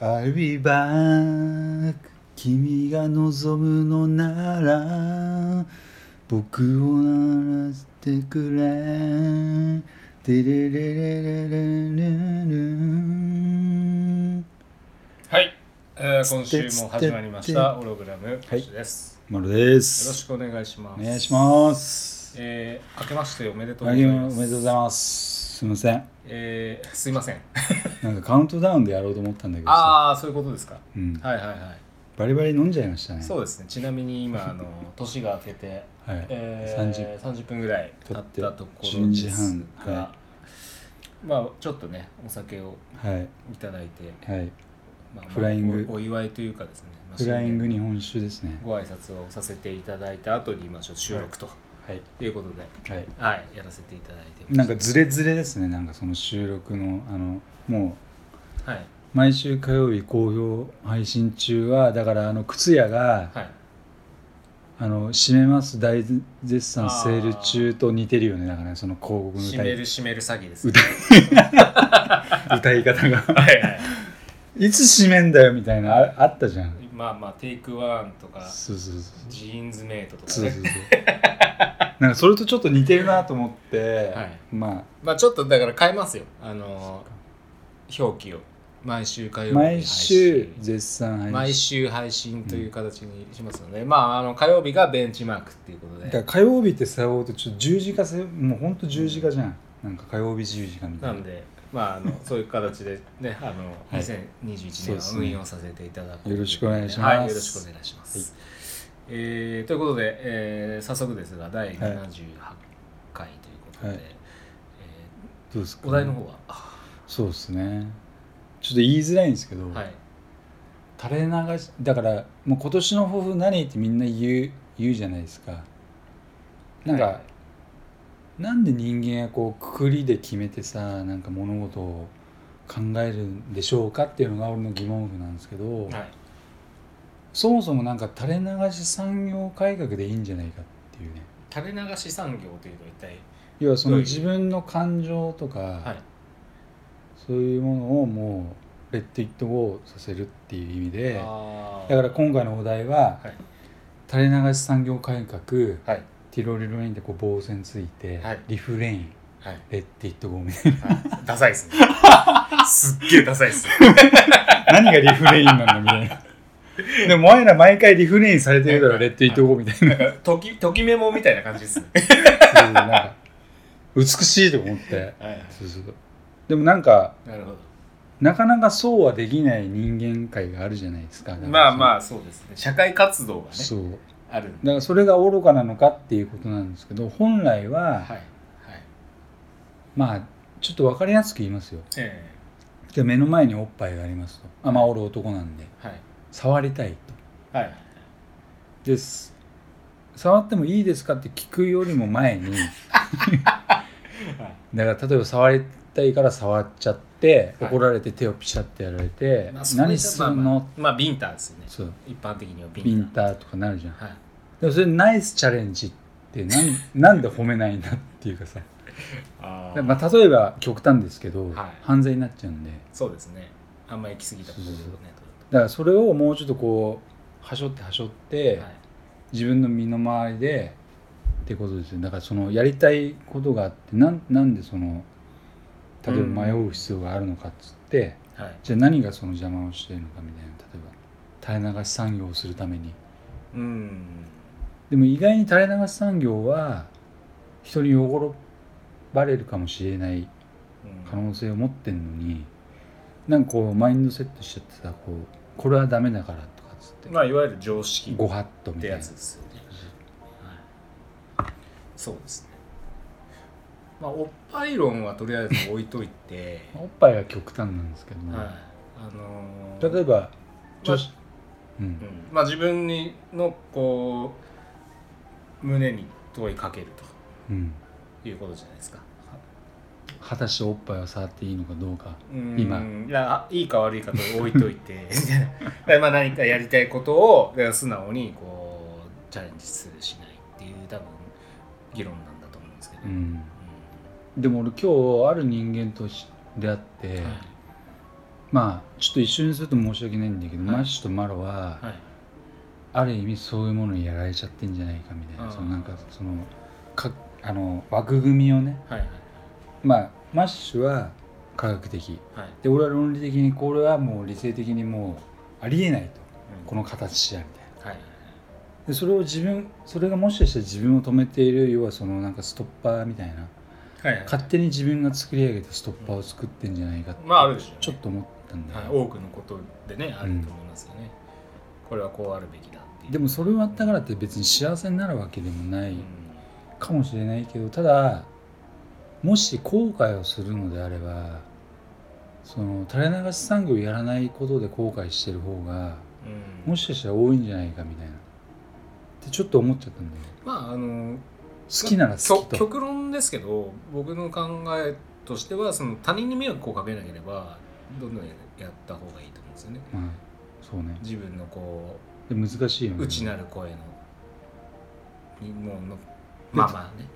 I'll be back 君が望むのなら僕を鳴らしてくれてれれれれれれれはい、えー今週も始まりましたオログラムはい星です、マロでよろすしくお願いしますお願いしますえー、明けましておめでとうあございりまおすめでとうございますすいませんえー、すい ませんなんかカウントダウンでやろうと思ったんだけどさ、ああそういうことですかうん、はいはいはいバリバリ飲んじゃいましたねそうですねちなみに今あの年が明けて、はい、30え 30, 分ぐらい経ったところですが10時半はまあちょっとねお酒をはいいただいて、はいまあまあフライングおお祝いというかですね、まあフライング日本酒ですねご挨拶をさせていただいた後にまあちょっと収録とはいいうことで、はいはい、やらせていただいてますなんかズレズレですねなんかその収録のあのもはい、う毎週火曜日好評配信中はだからあの靴屋がはい、 「あの閉めます大絶賛セール中」と似てるよねだからねその広告の締歌めいる締める詐欺です、歌い歌い方が はいはい「いつ閉めんだよ」みたいなああったじゃんまあまあテイクワンとかそうそうそうジーンズメイトとかそうそねうそうなんかそれとちょっと似てるなと思って、はいまあまあちょっとだから変えますよあのー表記を毎週火曜日に配毎週信絶賛配信毎週配信という形にしますので、まああの火曜日がベンチマークっていうことだでから火曜日ってさおうとちょっと十字架せもうほんと十字架じゃんなんか火曜日十字架みたないなんでま ああのそういう形でねあのはいそう2021で年すをね運用させていただくよろしくお願いしますはいよろしくお願いします、えーということで、えー早速ですが第78回ということで、はいどうですえかーお題の方は、あそうですねちょっと言いづらいんですけど、はい垂れ流しだからもう今年の抱負何ってみんな言う言うじゃないですかなんか、はいなんで人間はこうくくりで決めてさなんか物事を考えるんでしょうかっていうのが俺の疑問符なんですけど、はいそもそもなんか垂れ流し産業改革でいいんじゃないかっていうね垂れ流し産業というと一体要はそどのういう自分の感情とか、はいそういうものをもうレッド・イット・ゴーさせるっていう意味であーだから今回のお題は、はい垂れ流し産業改革はいティロリロインってこう棒線ついて、はいリフレインはいレッド・イット・ゴーみたいはいダサいっす ねすっげえダサいっすねな 何がリフレインなんだみた いなでもお前ら毎回リフレインされてるだろレッド・イット・ゴーみたい なときときメモみたいな感じです ねそういうなんか美しいと思ってはい、はい、そうそうそうでもなんかなるほどなかなかそうはできない人間界があるじゃないですかまあまああそうですね社会活動がねそうあるんでだからそれが愚かなのかっていうことなんですけど本来は、はいはいまあちょっと分かりやすく言いますよえで目の前におっぱいがありますとあまあ俺男なんでえはい触りたいとはいです触ってもいいですかって聞くよりも前にだから例えば触りたいから触っちゃってはい怒られて手をピシャってやられて、まあそれじゃ何すんの、まあまあ、まあビンタですよねそう一般的にはビンタビンターとかなるじゃんはいでもそれナイスチャレンジってなん なんで褒めないなっていうかさ、あでまあ、例えば極端ですけど、はい犯罪になっちゃうんでそうですねあんま行き過ぎたことでねそうそう取るだからそれをもうちょっとこうはしょってはしょって、とはい自分の身の回りでってことですよだからそのやりたいことがあってなんなんでその例えば迷う必要があるのかっつって、はいじゃあ何がその邪魔をしてるのかみたいな例えば垂れ流し産業をするためにうんでも意外に垂れ流し産業は人に汚ばれるかもしれないうん可能性を持ってんのになんかこうマインドセットしちゃってさこうこれはダメだからとかっつってまあいわゆる常識ごはっとっみたていなやつですよね、そうですねまあおっぱい論はとりあえず置いといておっぱいは極端なんですけど、 はいあのー例えば女子、ううんんまあ自分にのこう胸に問いかけるうん、ということじゃないですか果たしておっぱいを触っていいのかどうかうん今いやいいか悪いかと置いといて でまあ何かやりたいことをだから素直にこうチャレンジするしないっていう多分議論なんだと思うんですけど、ううんんでも俺今日ある人間とし出会って、はいまあちょっと一緒にすると申し訳ないんだけど、はいマッシュとマロは、はいある意味そういうものにやられちゃってんじゃないかみたいな、うんそのなんかそのかあの枠組みをねはいはいまあマッシュは科学的はいで俺は論理的にこれはもう理性的にもうありえないとうんこの形じゃみたいなはいでそれを自分それがもしかしたら自分を止めている要はそのなんかストッパーみたいなはいはい勝手に自分が作り上げたストッパーを作ってんじゃないかって、まああるでしょうねちょっと思ったんだよ、はい、多くのことでねあると思いますよね、これはこうあるべきだっていうでもそれはだからって別に幸せになるわけでもなういんかもしれないけどただもし後悔をするのであればその垂れ流し産業やらないことで後悔してる方がうんもしかしたら多いんじゃないかみたいなってちょっと思っちゃったんだよねまああの好きなら好そきと極論ですけど僕の考えとしてはその他人に迷惑をかけなければどんどんやった方がいいと思うんですよねうんそうね自分のこで難しいようね内なる声のにもうのまあまあね、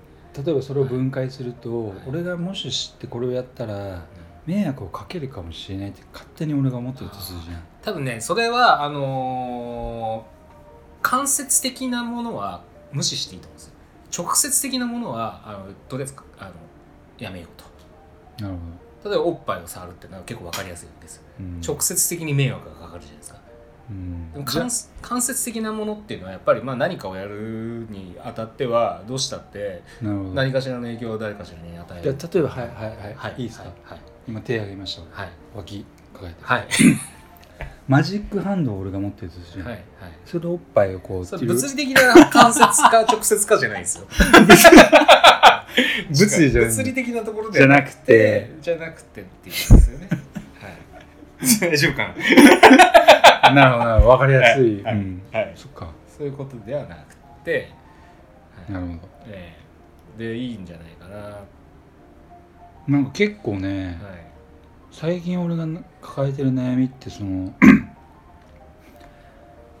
例えばそれを分解すると、はい俺がもし知ってこれをやったらうん迷惑をかけるかもしれないって勝手に俺が思ってるとするじゃん多分ねそれはあのー間接的なものは無視していいと思うんですよ直接的なものはあのとりあえずあのやめようなるほと例えばおっぱいを触るってのは結構わかりやすいんですよど、うん直接的に迷惑がかかるじゃないですかうんでも間間接的なものっていうのはやっぱりまあ何かをやるにあたってはどうしたってなるほど何かしらの影響を誰かしらに与えじゃるあ例えばはいはいはい、、はいいですか、はい今手挙げました俺はい脇抱えてはいマジックハンドを俺が持ってるとするじゃん、はいはいそれをおっぱいをこうそってれいう物理的な間接か直接かじゃないです よ物理じゃない物理的なところでじゃなくてじゃなくてっていうんですよねはい 大丈夫かななるほどなるほど分かりやすい、はいはいうんはいそっかそういうことではなくて、はいなるほどええでいいんじゃないかなはなんか結構ね、い最近俺が抱えてる悩みってその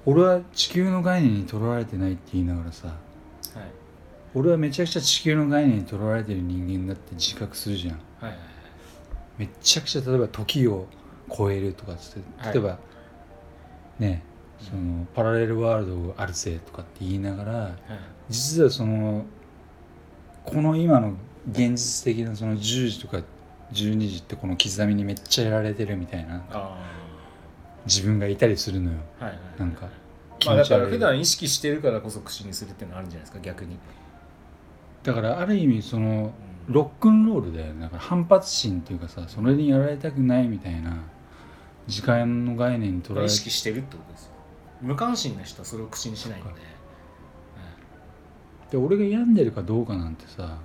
俺は地球の概念にとらわれてないって言いながらさはい俺はめちゃくちゃ地球の概念にとらわれてる人間だって自覚するじゃんはいはいはいめっちゃくちゃ例えば時を超えるとかっつってはい例えば、ねそのパラレルワールドあるぜとかって言いながらはい実はそのこの今の現実的なその10時とか12時ってこの刻みにめっちゃやられてるみたいなあ自分がいたりするのよあはいはいなんか気まあ持だちから悪い、普段意識してるからこそ口にするっていうのはあるんじゃないですか逆に、だからある意味そのうんロックンロールだよねだから反発心っていうかさそれにやられたくないみたいな時間の概念にとらわ意れて識してるってことですよ無関心な人はそれを口にしないので、で俺が病んでるかどうかなんてさ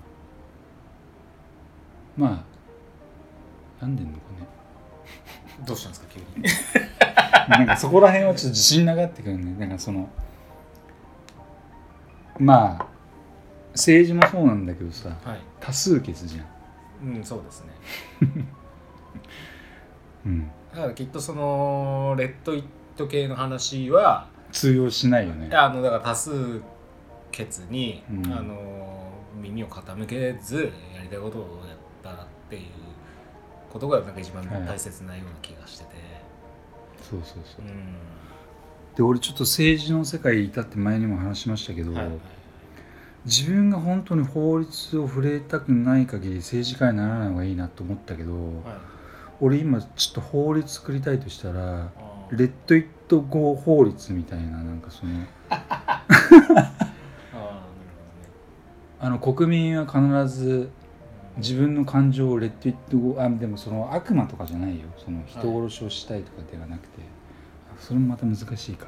まあ病んでんのかねどうしたんですか急に なんかそこら辺はちょっと自信ながってくるねなんかそのまあ政治もそうなんだけどさ はい多数決じゃん、うんそうですねうん、だからきっとそのレッドイット系の話は通用しないよねあのだから多数決に、うんあの耳を傾けずやりたいことをやったっていうことがなんか一番大切なような気がしてて、そうそうそううんで俺ちょっと政治の世界に至って前にも話しましたけど、はいはい自分が本当に法律を触れたくない限り政治家にならない方がいいなと思ったけど、はい俺今ちょっと法律作りたいとしたらあーレッド・イット・ゴー法律みたいななんかそのあーなるあの国民は必ずほどね自分の感情をレッド・イット・ゴーあでもその悪魔とかじゃないよその人殺しをしたいとかではなくて、それもまた難しいか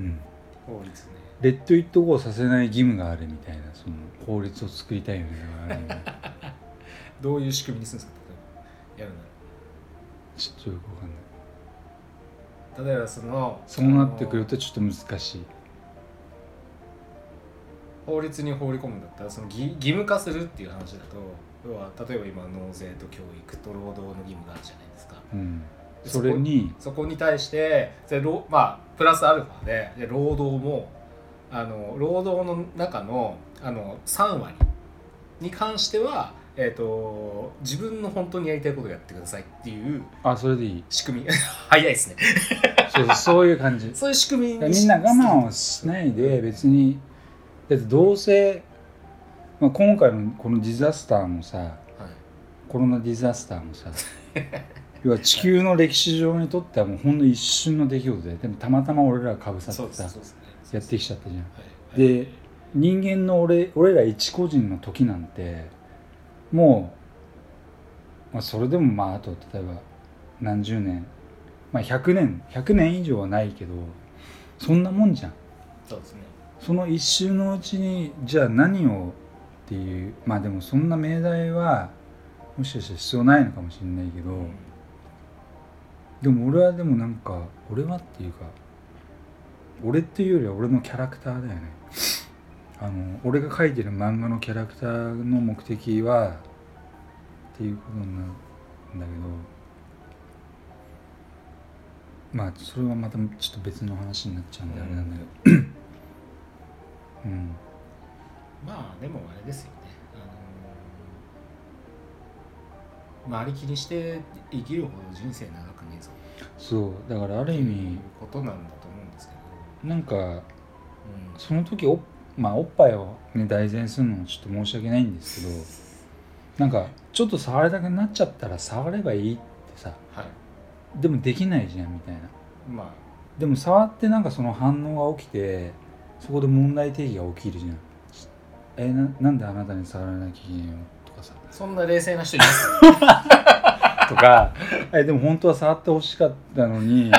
うん法律ねレッド・イット・ゴーさせない義務があるみたいなその法律を作りたいよねだから ねどういう仕組みにするんですか例えばやるなちょっとよくわかんないら例えばそのそうなってくるとちょっと難しい法律に放り込むんだったらその義義務化するっていう話だと要は例えば今納税と教育と労働の義務があるじゃないですかうんそれにそこに対してで、労まあ、プラスアルファでで労働もあの労働の中のあの3割に関してはえっ、と自分の本当にやりたいことをやってくださいっていうあそれでいい仕組み 早いですねそうそうそういう感じそういう仕組みにみんな我慢をしないで別にだってどうせ、まあ、今回のこのディザスターもさはいコロナディザスターも さ要は地球の歴史上にとってはもうほんの一瞬の出来事ででもたまたま俺らがかぶさそうっでてさすねそうですねやってきちゃったじゃんはいで人間の俺俺ら一個人の時なんてもう、まあ、それでもまああと例えば何十年、まあ、100年100年以上はないけどそんなもんじゃんそうですねその一周のうちにじゃあ何をっていうまあでもそんな命題はもしかしたら必要ないのかもしれないけど、うんでも俺はでもなんか俺はっていうか俺っていうよりは俺のキャラクターだよねあの俺が書いてる漫画のキャラクターの目的はっていうことになるんだけどまあそれはまたちょっと別の話になっちゃうんであれなんだけどうんまあでもあれですよね、あのー、周り気にして生きるほど人生長くねえぞそうだからあると意いう味ことなんだと思うんですけど、なんかその時お,、まあ、おっぱいを、ね、代前するのもちょっと申し訳ないんですけどなんかちょっと触りたくなっちゃったら触ればいいってさうん、はいでもできないじゃんみたいなまあでも触ってなんかその反応が起きてそこで問題定義が起きるじゃんえななんであなたに触らなきゃいけないのとかさそんな冷静な人いますとか えでも本当は触ってほしかったの に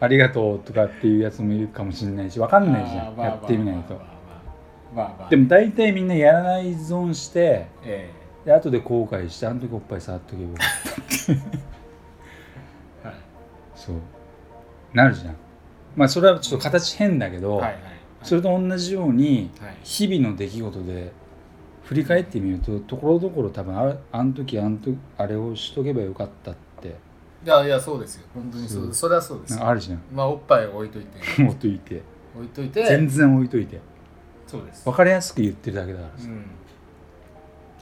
ありがとうとかっていうやつもいるかもしれないしわかんないじゃんやってみないとまあまあまあまあまあまあまあでも大体みんなやらない依存してえで後で後悔してあの時おっぱい触っとけばよかったえはいそうなるじゃんまあそれはちょっと形変だけど、はいはいそれと同じようにはい日々の出来事で振り返ってみるとところどころ多分あれあの時あの時あれをしとけばよかったっていやいやそうですよ本当にそう、うんそれはそうでなんすかあるじゃ んまあおっぱいを置いといて置いといて置いといて全然置いといてそうです分かりやすく言ってるだけだからうさん例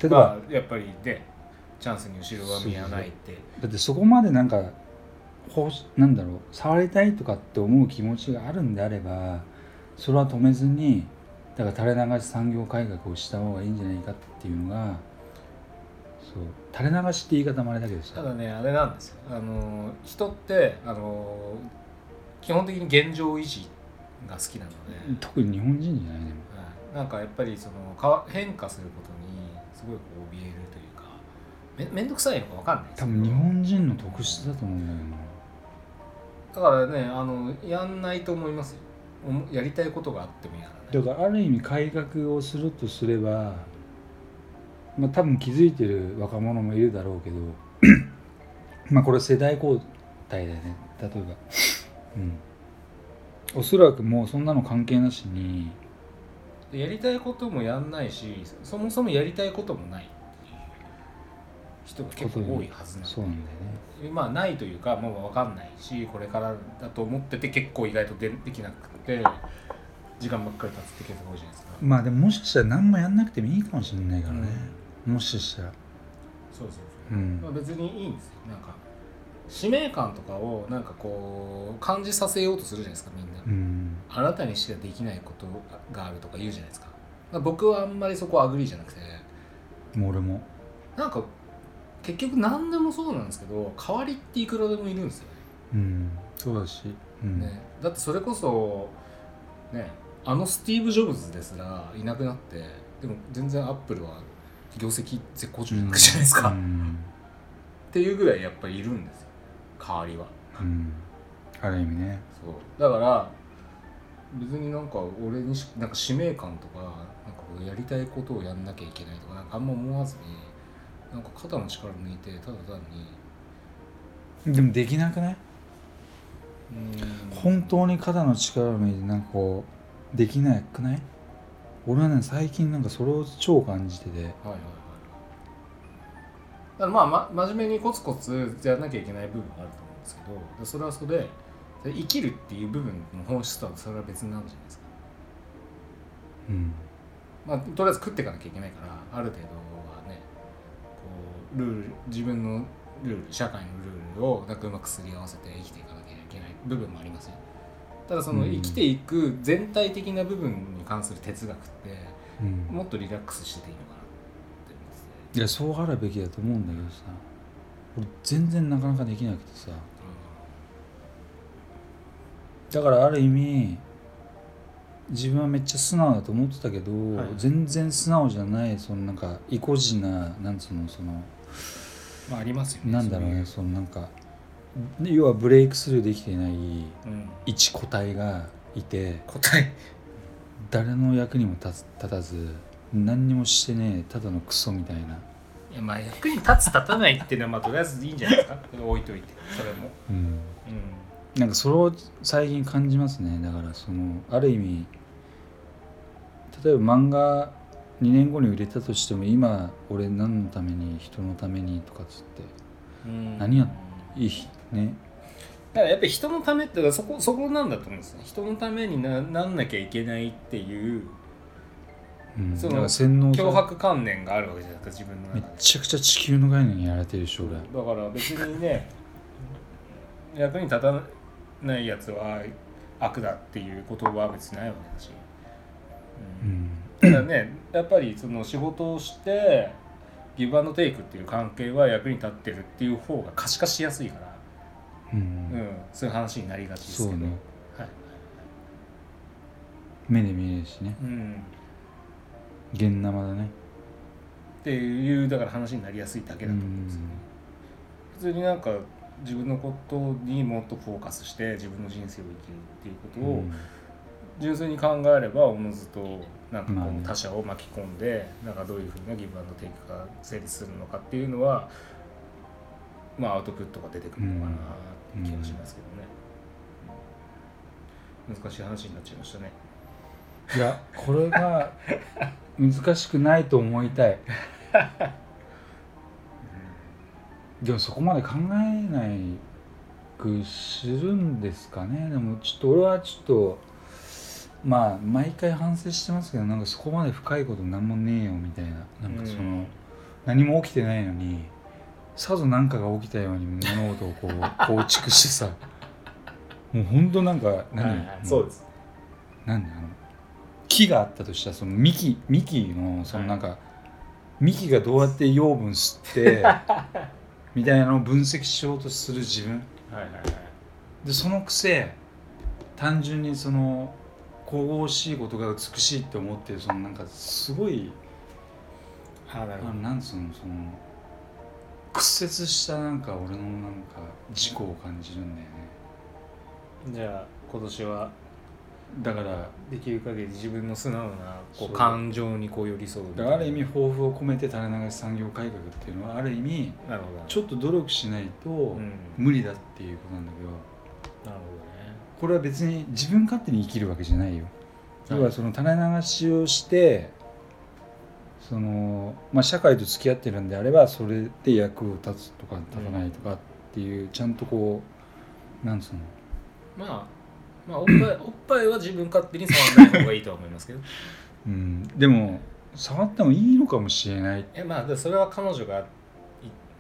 えば、まあやっぱりねチャンスに後ろは見えないってだってそこまでなんかほうなんだろう触りたいとかって思う気持ちがあるんであればそれは止めずにだから垂れ流し産業改革をした方がいいんじゃないかっていうのがそう垂れ流しって言い方もあれだけどたさだねあれなんですよあの人ってあの基本的に現状維持が好きなので、特に日本人じゃないねはいなんかやっぱりその変わ変化することにすごいこう怯えるというかめめんどくさいのかわかんないです多けど分日本人の特質だと思うんだけだからねあのやんないと思いますよおもやりたいことがあってもやらないどなだからある意味改革をするとすればまあ多分気づいてる若者もいるだろうけど まあこれ世代交代だよね例えばうんおそらくもうそんなの関係なしにでやりたいこともやんないしそもそもやりたいこともないっていう人が結構多いはずなんでそうなんだよねまあないというかもう分かんないしこれからだと思ってて結構意外とでできなくて時間ばっかり経つってケースが多いじゃないですか、まあでももしかしたら何もやんなくてもいいかもしれないからね、もしかしたらそうそうそうう、んまあ、別にいいんですよなんか使命感とかをなんかこう感じさせようとするじゃないですかみんな、うんあなたにしかできないことがあるとか言うじゃないですかまあ僕はあんまりそこはアグリーじゃなくてもう俺もなんか結局何でもそうなんですけど代わりっていくらでもいるんですよねうんそうだし、うんね、だってそれこそ、ね、あのスティーブ・ジョブズですらいなくなってでも全然アップルは業績絶好調じゃないですか、うっんていうぐらいやっぱりいるんですよ代わりはうん、ある意味ねそうだから別になんか俺にしなんか使命感とかなんかこうやりたいことをやんなきゃいけないとかなんかあんま思わずになんか肩の力抜いてただ単にでもできなくないうん本当に肩の力を抜いてなんかこうできなくない俺はね最近なんかそれを超感じててはいはいはいだからまあ、ま、真面目にコツコツやらなきゃいけない部分はあると思うんですけどでそれはそれでで生きるっていう部分の本質とはそれは別なんじゃないですか、うんまあ、とりあえず食っていかなきゃいけないからある程度はねルール自分のルール社会のルールをなんかうまくすり合わせて生きていかなきゃいけない部分もありますよただそのうん生きていく全体的な部分に関する哲学ってうんもっとリラックスしてていいのかなって思いますねいやそうあるべきだと思うんだけどさ俺全然なかなかできなくてさだからある意味自分はめっちゃ素直だと思ってたけど、はい全然素直じゃないそのなんか意固地ななんつうのそのうんまあありますよねなんだろうねそそのなんかで要はブレイクスルーできていないいうん一個体がいて答え誰の役にも立つ立たず何にもしてねえただのクソみたいないやまあ役に立つ立たないっていうのはまあとりあえずいいんじゃないですか 置いといてそれもうんうんなんかそれを最近感じますねだからそのある意味例えば漫画2年後に売れたとしても今俺何のために人のためにとかっつっうん何やんていいねだからやっぱり人のためってだからそこそこなんだと思うんですね人のためにななんなきゃいけないっていううん、そだのから洗脳さ脅迫観念があるわけじゃないですか自分のめっ中でちゃくちゃ地球の概念にやられてるでしょ俺だから別にね 役に立たないやつは悪だっていうことは別にないわけだし、ううんんただね やっぱりその仕事をしてギブアンドテイクっていう関係は役に立ってるっていう方が可視化しやすいから、ううんん、そういう話になりがちですそけうど、ねはい目で見えるしねうん、現生だねっていうだから話になりやすいだけだと思うんですよね、普通になんか自分のことにもっとフォーカスして自分の人生を生きるっていうことうをん純粋に考えればおのずとなんかまあこねう他者を巻き込んでなんかどういうふうなギブアンドテイクが成立するのかっていうのはまあアウトプットが出てくるのかなって気がしますけどね難しい話になっちゃいましたねいやこれが難しくないと思いたいでもそこまで考えないくするんですかねでもちょっと俺はちょっとまあ毎回反省してますけどなんかそこまで深いこと何もねえよみたいななんかその、うん何も起きてないのにさぞ何かが起きたように物事をこう構築してさもうほんとなんか何、はいはいそうですなんだあの木があったとしたらその幹幹のそのなんか、幹がどうやって養分吸ってみたいなのを分析しようとする自分はいはいはいでそのくせ単純にその神々しいことが美しいって思ってるそのなんかすごいあなあるのほどなんつうのその屈折したなんか俺のなんか自己を感じるんだよねじゃあ今年はだからできる限り自分の素直なこそうう感情にこう寄り添うみただいかならある意味抱負を込めて垂れ流し産業改革っていうのはある意味なるほどちょっと努力しないとうん無理だっていうことなんだけどなるほどねこれは別に自分勝手に生きるわけじゃないよはい要はその垂れ流しをしてその、まあ、社会と付き合ってるんであればそれで役を立つとか立たないとかっていうちゃんとこうなんつうのまあ、まあ、おっぱ い、おっぱいは自分勝手に触らない方がいいとは思いますけど。うんでも触ってもいいのかもしれない え、まあ、でそれは彼女がい、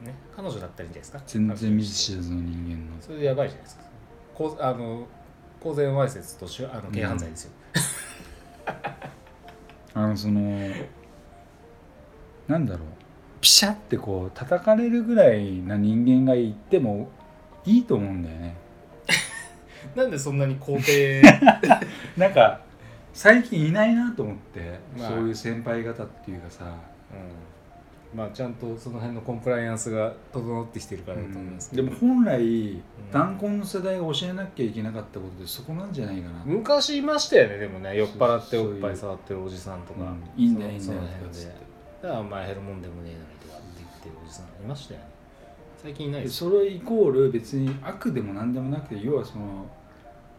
ね、彼女だったらいいんじゃないですか。全然見ず知らずの人間のそれでやばいじゃないですか。こう、あの、公然わいせつとし、あの、軽犯罪ですよ。あのそのなんだろうピシャってこう叩かれるぐらいな人間がいてもいいと思うんだよねなんでそんなに 肯定。なんか最近いないなと思って、まあそういう先輩方っていうかさ、うん。まあ、ちゃんとその辺のコンプライアンスが整ってきてるからだと思いますけでど。も本来弾痕の世代が教えなきゃいけなかったことでそこなんじゃないかな、昔いましたよね、でもね、酔っ払ってそうおっぱい触ってるおじさんとうかん。いいんだよいいんそだのよそとかのっ辺つでっ。だからお前減るもんでもねえのにとかって言ってるおじさんいましたよね最近いないてでですそれイコール別に悪でも何でもなくて要はその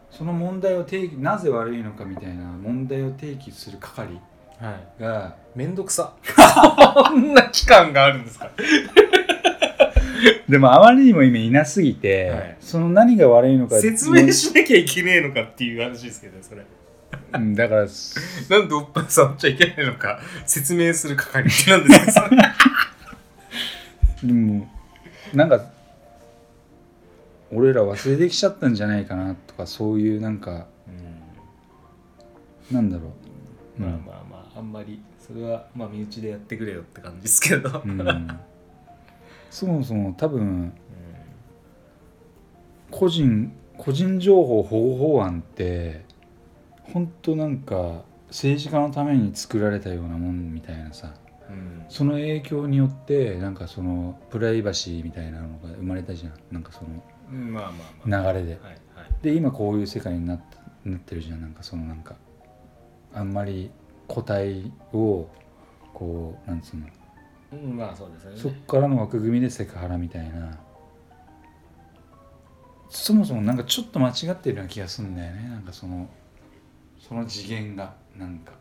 その問題を提起なぜ悪いのかみたいな問題を提起する係はいがめんどくさそんな期間があるんですかでもあまりにも今いなすぎて、はいその何が悪いのか 説明しなきゃいけねえのかっていう話ですけどそれうんだからなんでおっぱい触っちゃいけないのか説明する係ってなんですかそれでもなんか俺ら忘れてきちゃったんじゃないかなとかそういうなんか うんなんだろう、まあまあまああんまりそれはまあ身内でやってくれよって感じですけど、ううんん、そもそも多分個人個人情報保護法案って本当なんか政治家のために作られたようなもんみたいなさうんその影響によってなんかそのプライバシーみたいなのが生まれたじゃんなんかそうん、まあまあまの流れであはいはいで今こういう世界になっなってるじゃんなんかそのなんかあんまり個体をこうなんつうのうんまあそうですそよっねからの枠組みでセクハラみたいなそもそもなんかちょっと間違ってるような気がするんだよねなんかそのその次元がなんか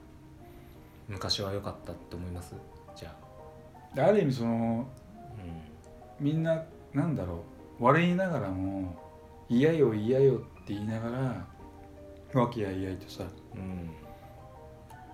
昔は良かったって思いますじゃである意味そのあ、うみんななんだろう我いながらも嫌よ嫌よって言いながら和気あいあいとさん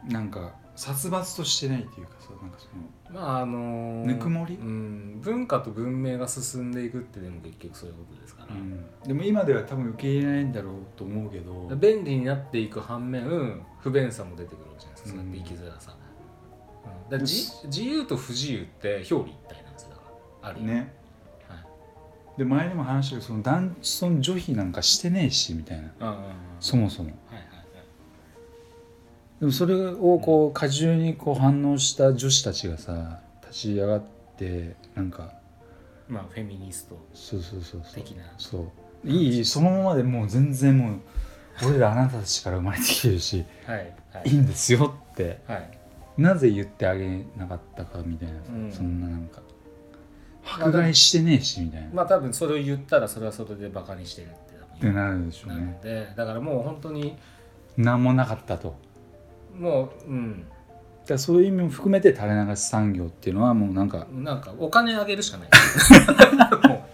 うん、なんか殺伐としてないっていうかさなんかそのまああのーぬくもりうん、文化と文明が進んでいくってでも結局そういうことですから、でも今では多分受け入れないんだろうと思うけど便利になっていく反面不便さも出てくるわけじゃないですかそうやって生きづらさ、うんだからじ自由と不自由って表裏一体なんですよだからある意味、ねはい、で前にも話したけどその男その女卑なんかしてねえしみたいなうんうんうんそもそもはいはいはいでもそれをこう過重にこう反応した女子たちがさ立ち上がってなんかまあフェミニストそうそうそうそう的なそういいそのままでもう全然もう俺らあなたたちから生まれてきてるしはいはいいいんですよってはいなぜ言ってあげなかったかみたいなさ、うんそんななんか迫害してねえしみたいな、まあ多分それを言ったらそれはそれでバカにしてるって多って分なるでしょうなねのでだからもう本当に何もなかったとだかもううんらそういう意味も含めて垂れ流し産業っていうのはもうなんかなんかお金あげるしかないも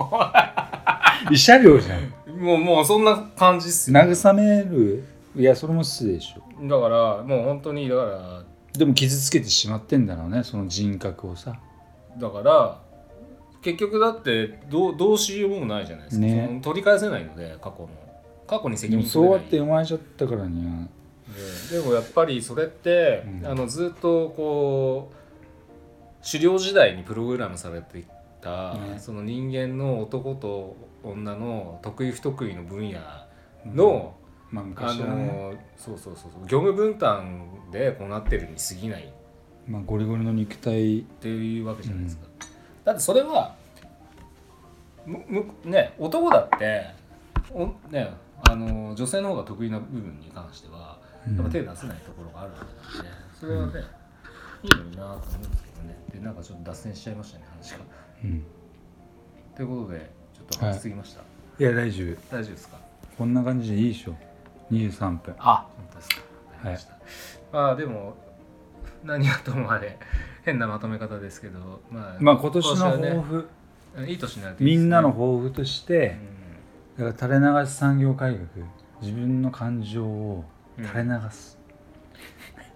慰謝料じゃんうもうもうそんな感じっすよだか慰めるいやそれも失礼でしょらもう本当にだからでも傷つけてしまってんだろうねその人格をさだから結局だってどうどうしようもないじゃないですか、ねその取り返せないので過去の過去に責でも任取そうれやなっいて生まれちゃったからにはででもやっぱりそれって、うんあのずっとこう狩猟時代にプログラムされていた、ねその人間の男と女の得意不得意の分野の、まああ昔はね、のそうそうそうそう業務分担でこうなってるに過ぎないまあ、ゴリゴリの肉体っていうわけじゃないですか、だってそれはむむね男だってお、ね、あの女性の方が得意な部分に関してはやっぱ手出せないところがあるわけなんで、それはね、いいのになと思うんですけどねでなんかちょっと脱線しちゃいましたね話がうんということでちょっと話しすぎました、いや大丈夫大丈夫ですかこんな感じでいいでしょ23分あ本当ですかわかりました、まあでも何はともあれ変なまとめ方ですけどまあ、まあ今年の今年抱はね負、いい年になるといいみですねんなの抱負としてうんだから垂れ流し産業改革自分の感情を垂れ流す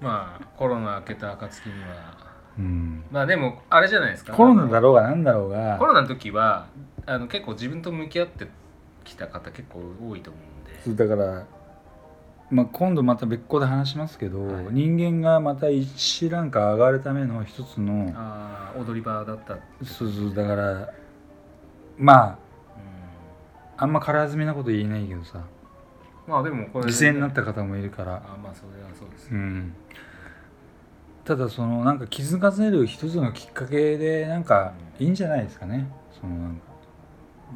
まあコロナ明けた暁にはうん、まあでもあれじゃないですかコロナだあろうがなんだろうのがコロナの時はあの結構自分と向き合ってきた方結構多いと思うそんでうだから、まあ、今度また別個で話しますけど、はい人間がまた一ランク上がるための一つのああ踊り場だったうんそうそうだからまああんまからずみなこと言えないけどさまあでもこれ犠で牲になった方もいるから、あまあそれはそうですうねん、ただそのなんか気づかせる一つのきっかけでなんかいいんじゃないですかねそのなんか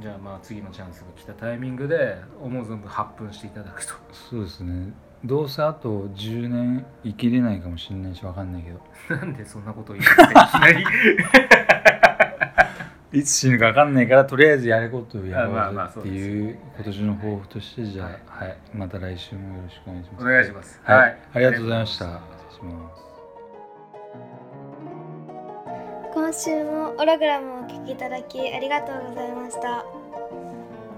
じゃあまあ次のチャンスが来たタイミングで思う存分発奮していただくとそうですねどうせあと10年生きれないかもしれないしわかんないけどなんでそんなことを言っていきなり いつ死ぬかわかんないからとりあえずやることをやろうあまあまあぜっていうそう今です年よねの抱負としてじゃあ、ははいまた来週もよろしくお願いしますお願いしますはい、ありがとうございましたありが失とうございまし礼します今週もオログラムをお聞きいただきありがとうございました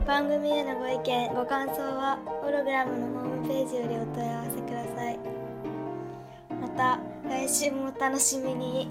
番組へのご意見ご感想はオログラムのホームページよりお問い合わせくださいまた来週もお楽しみに